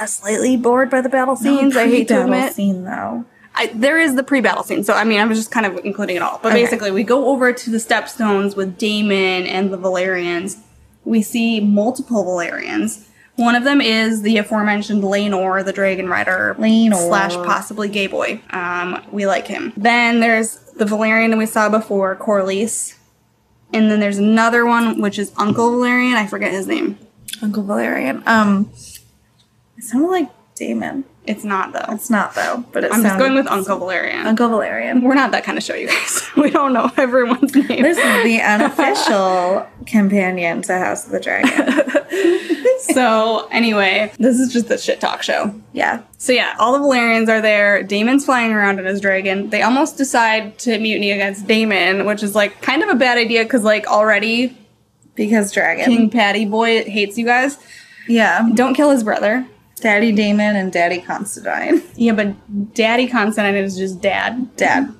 uh, slightly bored by the battle scenes. I hate to
Pre-battle
admit.
Scene though.
I, there is the pre-battle scene, so I mean, I'm just kind of including it all. But
Okay.
basically, we go over to the Stepstones with Damon and the Valerians. We see multiple Valerians. One of them is the aforementioned Lanor, the Dragon Rider
Laenor.
slash possibly Gay Boy. Um, we like him. Then there's the Valerian that we saw before, Corlys, and then there's another one which is Uncle Valerian. I forget his name.
Uncle Valerian. Um, it sounded like Damon.
It's not though.
It's not though, but it
I'm just
sounded-
going with Uncle Valerian.
Uncle Valerian.
We're not that kind of show, you guys. We don't know everyone's name.
This is the unofficial companion to House of the Dragon.
so anyway, this is just a shit talk show.
Yeah.
So yeah, all the Valerians are there. Damon's flying around on his dragon. They almost decide to mutiny against Damon, which is like kind of a bad idea because like already
Because Dragon.
King Patty Boy hates you guys.
Yeah.
Don't kill his brother.
Daddy Damon and Daddy Considine.
Yeah, but Daddy Constantine is just dad,
Dad.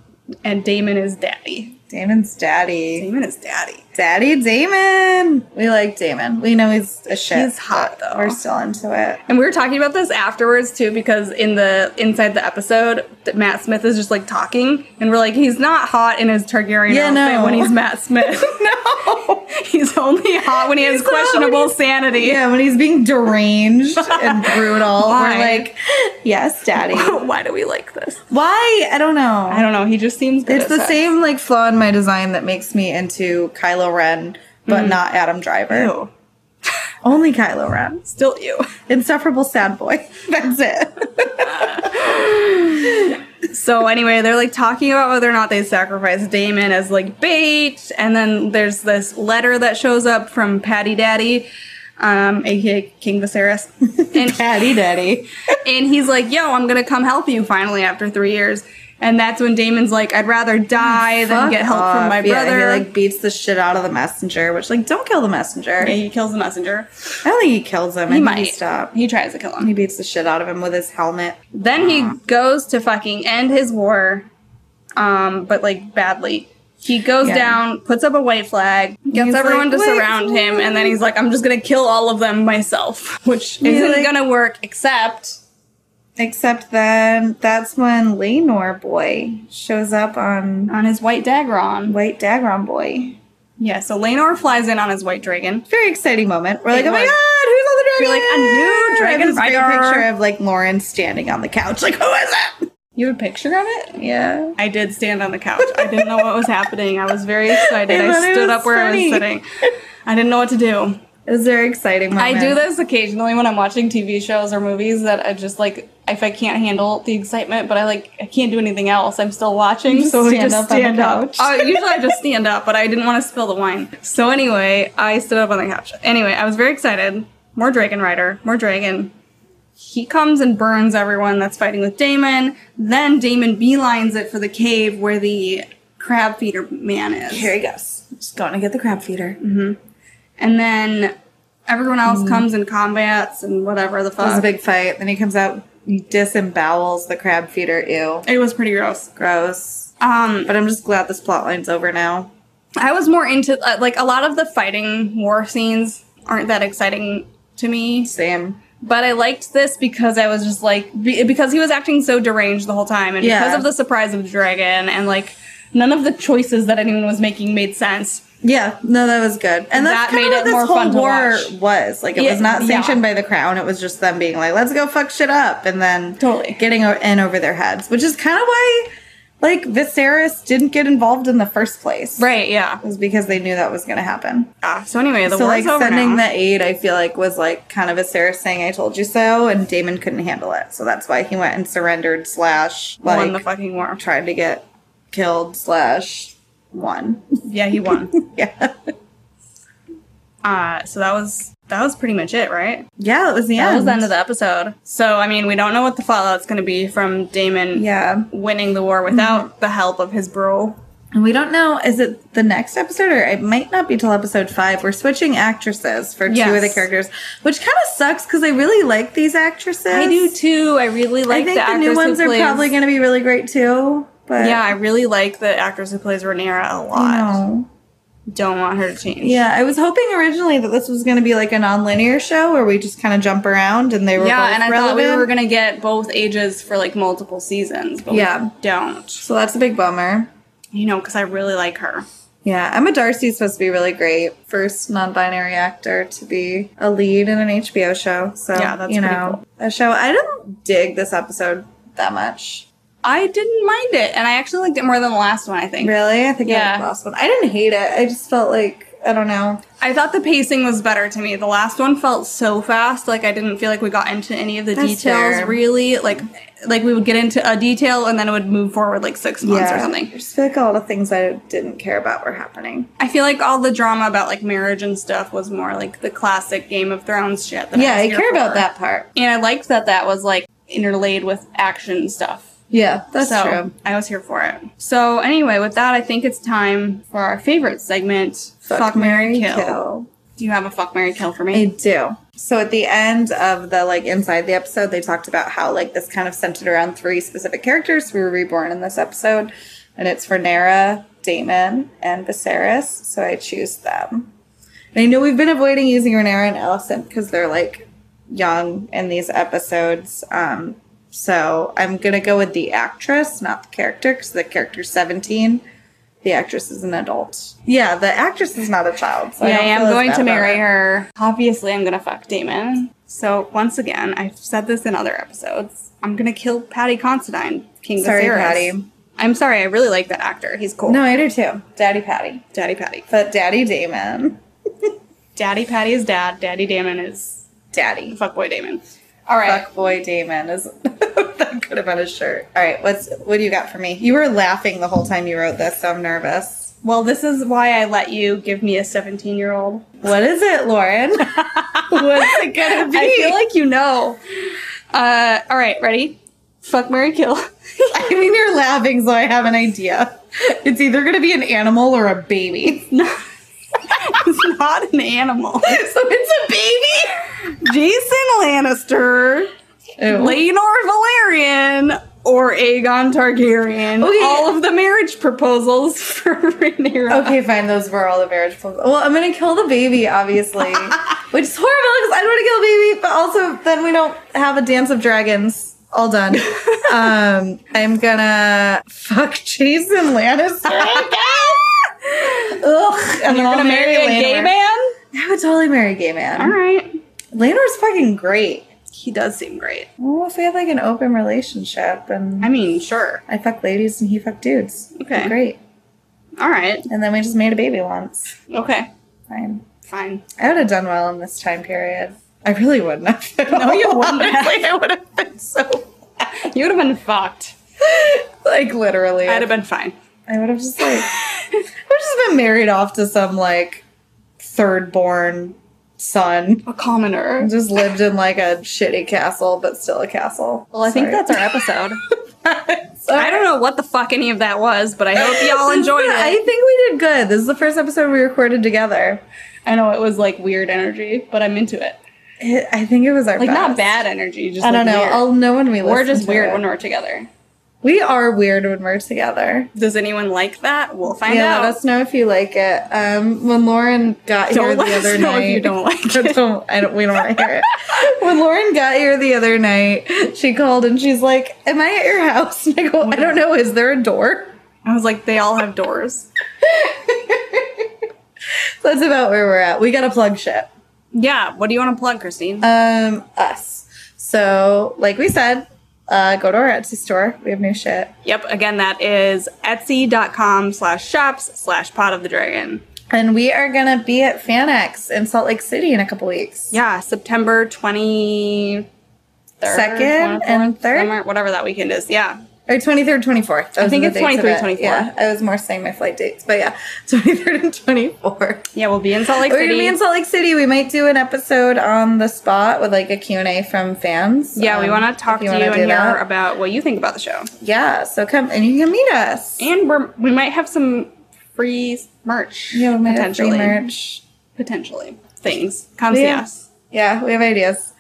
and Damon is daddy.
Damon's daddy.
Damon is daddy.
Daddy Damon. We like Damon. We know he's a shit.
He's hot,
but
though.
We're still into it.
And we were talking about this afterwards too, because in the inside the episode, that Matt Smith is just like talking, and we're like, he's not hot in his Targaryen
Yeah,
outfit
no.
when he's Matt Smith. no, he's only hot when he has
He's not when
questionable sanity.
Yeah, when he's being deranged and brutal,
Why?
we're like, yes, Daddy.
Why do we like this?
Why? I don't know.
I don't know. He just seems. Good
It's
at
the
sex.
same like flaw in Mm. my design that makes me into Kylo Ren, but not Adam Driver.
Ew.
Only Kylo Ren.
Still you.
Insufferable sad boy. That's it.
So anyway, they're like talking about whether or not they sacrificed Damon as like bait, and then there's this letter that shows up from Patty Daddy, um, aka King Viserys, and
Daddy daddy.
and he's like, "Yo, I'm gonna come help you finally after three years." And that's when Damon's like, "I'd rather die than
Fuck
get help from
off.
my
Yeah,
brother."
he like beats the shit out of the messenger, which like don't kill the messenger.
Yeah, he kills the messenger.
I don't think he kills him. I
He
think
might
he stop.
He tries to kill him.
He beats the shit out of him with his helmet.
Then he goes to fucking end his war, um, but like badly. He goes
Yeah.
down, puts up a white flag, gets
He's
everyone to
like, "White
surround him, and then he's like, "I'm just gonna kill all of them myself," which
Yeah,
isn't
like-
gonna work. Except
Except then that's when Lenor boy shows up on
on his white daggeron.
White Dagron boy.
Yeah, so Lanor flies in on his white dragon.
Very exciting moment. We're like,
It
oh my
was.
god, who's on the
You're like,
dragon?
a new dragon
I have this
rider.
great picture of like Lauren standing on the couch, like, who is it?
You have a picture of it?
Yeah.
I did stand on the couch. I didn't know what was happening. I was very excited.
I thought
I
it
stood
was
up where
funny.
I was sitting. I didn't know what to do.
It was a very exciting moment.
I do this occasionally when I'm watching TV shows or movies that I just like if I can't handle the excitement, but I like I can't do anything else. I'm still watching,
just
so I
stand
just
up on the
stand up.
couch.
Uh, usually I just stand up, but I didn't want to spill the wine. So anyway, I stood up on the couch. Anyway, I was very excited. More Dragon Rider, more Dragon. He comes and burns everyone that's fighting with Damon. Then Damon beelines it for the cave where the crab feeder man is.
Here he goes. Just going to get the crab feeder.
And then everyone else comes and combats and whatever the
It was a
fuck.
Mm. big fight. Then he comes out, he disembowels the crab feeder. Ew.
It was pretty gross.
Gross.
Um,
But I'm just glad this plot line's over now.
I was more into uh, like a lot of the fighting war scenes aren't that exciting to me,
Same.
but I liked this because I was just like be- because he was acting so deranged the whole time, and
Yeah.
because of the surprise of the dragon, and like none of the choices that anyone was making made sense.
Yeah, no, that was good, and
That
that's kind
made
of what
it
this
more
whole
fun to
war
watch.
was. Like, it
Yeah,
was not
yeah.
sanctioned by the crown. It was just them being like, "Let's go fuck shit up," and then
Totally.
getting o- in over their heads, which is kind of why, like, Viserys didn't get involved in the first place.
Right? Yeah.
It was because they knew that was going to happen.
yeah. So anyway, the
so,
war's
like,
over
sending
now.
the aid, I feel like, was like kind of Viserys saying, "I told you so," and Damon couldn't handle it, so that's why he went and surrendered slash like
won the fucking war.
tried to get killed slash won.
Yeah, he won.
yeah,
uh, so that was that was pretty much it, right?
yeah, it was the
That
end.
was the end of the episode. So, I mean, we don't know what the fallout's going to be from Damon
Yeah.
winning the war without the help of his bro.
And we don't know, is it the next episode or it might not be till episode five? We're switching actresses for two of the
Yes.
characters, which kind of sucks because I really like these actresses.
I do too. I really like
I think
the,
the,
actress
new ones
who
are
plays,
probably going to be really great too. But
Yeah, I really like the actress who plays Rhaenyra a lot.
I know.
Don't want her to change.
Yeah, I was hoping originally that this was going to be like a non-linear show where we just kind of jump around and they were
Yeah,
both
and I
relevant.
thought we were going to get both ages for like multiple seasons, but
Yeah.
we don't.
so that's a big bummer.
You know, because I really like her.
Yeah, Emma Darcy's supposed to be really great. First non binary actor to be a lead in an HBO show. So,
Yeah, that's
you
pretty
know, a show. I didn't dig this episode that much.
I didn't mind it, and I actually liked it more than the last one, I think.
Really? I think I
Yeah.
liked the last one. I didn't hate it. I just felt like, I don't know.
I thought the pacing was better to me. The last one felt so fast, like I didn't feel like we got into any of the
That's
details
fair.
really. Like like we would get into a detail and then it would move forward like six months or
I
something.
just feel like a lot of things I didn't care about were happening.
I feel like all the drama about like marriage and stuff was more like the classic Game of Thrones shit. That
yeah,
was
I
here
care about
for.
that part.
And I liked that that was like interlaid with action stuff.
Yeah, that's
so
true.
I was here for it. So anyway, with that, I think it's time for our favorite segment: Fuck, Mary,
Mary,
kill. Do you have a Fuck Mary Kill for me?
I do. So at the end of the like inside the episode, they talked about how like this kind of centered around three specific characters who were reborn in this episode, and it's Renera, Damon, and Viserys. So I choose them. And I know we've been avoiding using Renera and Alicent because they're like young in these episodes. Um, so I'm gonna go with the actress, not the character, because the character's 17. The actress is an adult. Yeah, the actress is not a child. So I
yeah, I
don't
am
feel as
going
bad
to
about
marry
it.
her. Obviously, I'm gonna fuck Damon. So once again, I've said this in other episodes. I'm gonna kill Patty Considine, King
Sorry,
Viserys.
Patty.
I'm sorry. I really like that actor. He's cool.
No, I do too. Daddy Patty.
Daddy Patty.
But Daddy Damon.
Daddy Patty is dad. Daddy Damon is
Daddy.
fuckboy Damon. All right.
Fuckboy Damon is that could have been a shirt. All right, what's what do you got for me? You were laughing the whole time you wrote this, so I'm nervous.
Well, this is why I let you give me a 17 year old.
What is it, Lauren? what's it gonna be?
I feel like you know. Uh, all right, ready? Fuck Mary Kill.
I mean, you're laughing, so I have an idea. It's either going to be an animal or a baby.
no, it's not an animal.
so it's
Jason Lannister,
a baby. Ew.
Lenor Valerian, or Aegon Targaryen.
Okay.
All of the marriage proposals for Rhaenyra.
Okay, fine. Those were all the marriage plans. Well, I'm going to kill the baby, obviously, which is horrible because I don't want to kill the baby, but also then we don't have a dance of dragons. All done. um, I'm gonna fuck Jason Lannister. I guess. Ugh. And
You're
I'll
gonna marry, a gay
Laenor.
man?
I would totally marry a gay man.
All right.
Lanor's fucking great.
He does seem great.
Well, if we had like an open relationship and
I mean, sure.
I fuck ladies and he fuck dudes. It'd be
Okay.
Great.
All right.
And then we just made a baby once.
Okay.
Fine.
Fine.
I would have done well in this time period. I really wouldn't have.
No, you wouldn't have.
Honestly, I would have been so.
You would have been fucked.
Like, literally.
I'd have been fine.
I would have just, like. I would have just been married off to some, like, third born son.
A commoner.
And Just lived in, like, a shitty castle, but still a castle.
Well, I think
Sorry.
that's our episode. I don't know what the fuck any of that was, but I hope y'all
This is
enjoyed
the- I
it.
think we did good. This is the first episode we recorded together.
I know it was like weird energy, but I'm into it.
It, I think it was our
Like not
best.
bad energy, just
I don't
like,
know.
weird.
I'll know when we.
we're
listen
just
to
weird
it.
when we're together.
we are weird when we're together.
Does anyone like that? We'll find
yeah,
out.
let us know if you like it. Um, when Lauren got
Don't
here
let
the
us
other
know if
night,
you don't like
I don't, I don't- We don't want to hear it. When Lauren got here the other night, she called and she's like, "Am I at your house?" And I go, "I don't know. Is there a door?"
I was like, they all have doors.
That's about where we're at. We gotta plug shit.
Yeah. What do you want to plug, Christine?
Um, us. So, like we said, uh, go to our Etsy store. We have new shit.
yep. Again, that is Etsy.com slash shops slash Pot of the Dragon.
And we are gonna be at FanX in Salt Lake City in a couple weeks.
Yeah, September twenty third,
Second and
24th,
third?
somewhere- whatever that weekend is. Yeah.
Or twenty third, twenty fourth. I
think it's 23rd, 24th.
Yeah, I was more saying my flight dates, but yeah, twenty third and twenty fourth.
Yeah, we'll be in Salt Lake
We're
City.
gonna be in Salt Lake City. We might do an episode on the spot with like a Q and A from fans.
Yeah, we
Um,
want to
if
talk to you
wanna
and
do
hear
that.
about what you think about the show.
Yeah, so come and you can meet us.
And we're, we might have some free merch.
yeah, we might have free
potentially.
merch.
Potentially. Things. Come see
Yeah.
us.
Yeah, we have ideas.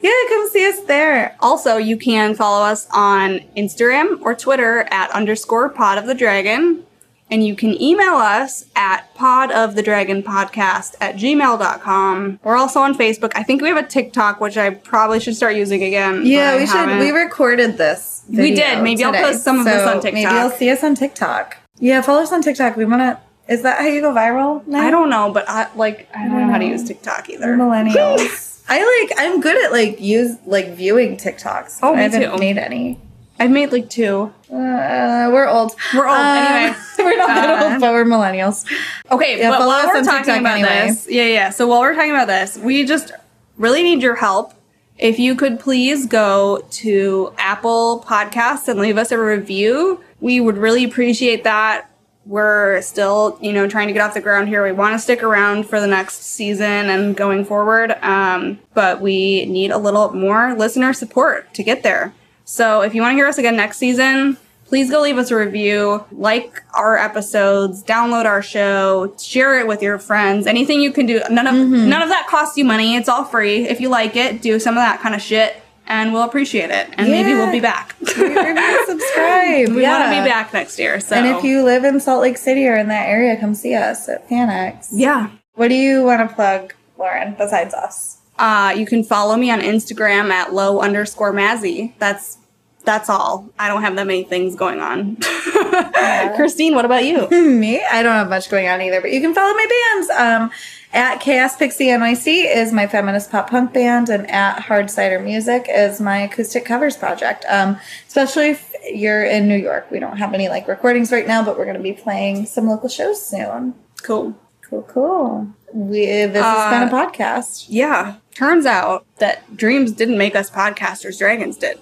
Yeah, come see us there.
Also, you can follow us on Instagram or Twitter at underscore pod of the dragon. And you can email us at pod of the dragon podcast at gmail.com. We're also on Facebook. I think we have a TikTok, which I probably should start using again. but
Yeah,
I
we should.
haven't.
We recorded this.
We
video
did. Maybe I'll
today.
post some of this
So
on
Maybe
TikTok.
you'll see us on TikTok. Yeah, follow us on TikTok. We want to. Is that how you go viral? Now?
I don't know, but I like I don't, know, how to
know.
use TikTok either.
We're millennials. I like. I'm good at like use like viewing TikToks.
Oh,
I
me
haven't
too.
made any.
I've made like two.
Uh, we're old.
We're old.
Um,
Anyway.
we're not that
Uh,
old, but we're millennials.
Okay,
Yeah,
but
follow
while
us
we're
on
talking
TikTok
about
anyway.
this, yeah, yeah. So while we're talking about this, we just really need your help. If you could please go to Apple Podcasts and leave us a review, we would really appreciate that. We're still, you know, trying to get off the ground here. We want to stick around for the next season and going forward, um, but we need a little more listener support to get there. So if you want to hear us again next season, please go leave us a review, like our episodes, download our show, share it with your friends. Anything you can do. None of
Mm-hmm.
none of that costs you money. It's all free. If you like it, do some of that kind of shit and we'll appreciate it. And maybe
Yeah.
we'll be back.
Rate, review, subscribe.
we want to
Yeah.
be back next year. So
And if you live in Salt Lake City or in that area, come see us at Panax.
yeah.
What do you want to plug, Lauren? Besides us.
Uh, you can follow me on Instagram at low underscore Mazzy. That's that's all. I don't have that many things going on. Christine, what about you?
me. I don't have much going on either, but you can follow my bands. Um, at Chaos Pixie NYC is my feminist pop punk band, and at Hard Cider Music is my acoustic covers project. Um, especially if you're in New York, we don't have any like recordings right now, but we're going to be playing some local shows soon.
Cool.
Cool, cool. We, this has been a podcast.
Yeah. Turns out that dreams didn't make us podcasters, dragons did.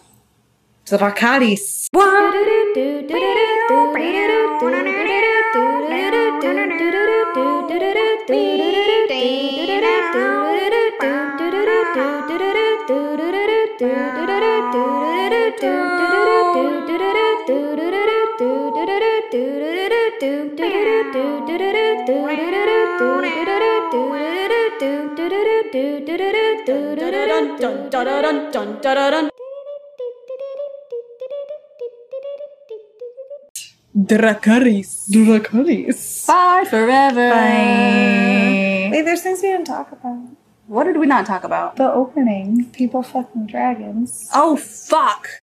The Bacardi's.
Dracaris.
Dracarys.
Bye forever.
Wait, there's things we didn't talk about.
What did we not talk about?
The opening. People fucking dragons.
Oh, fuck.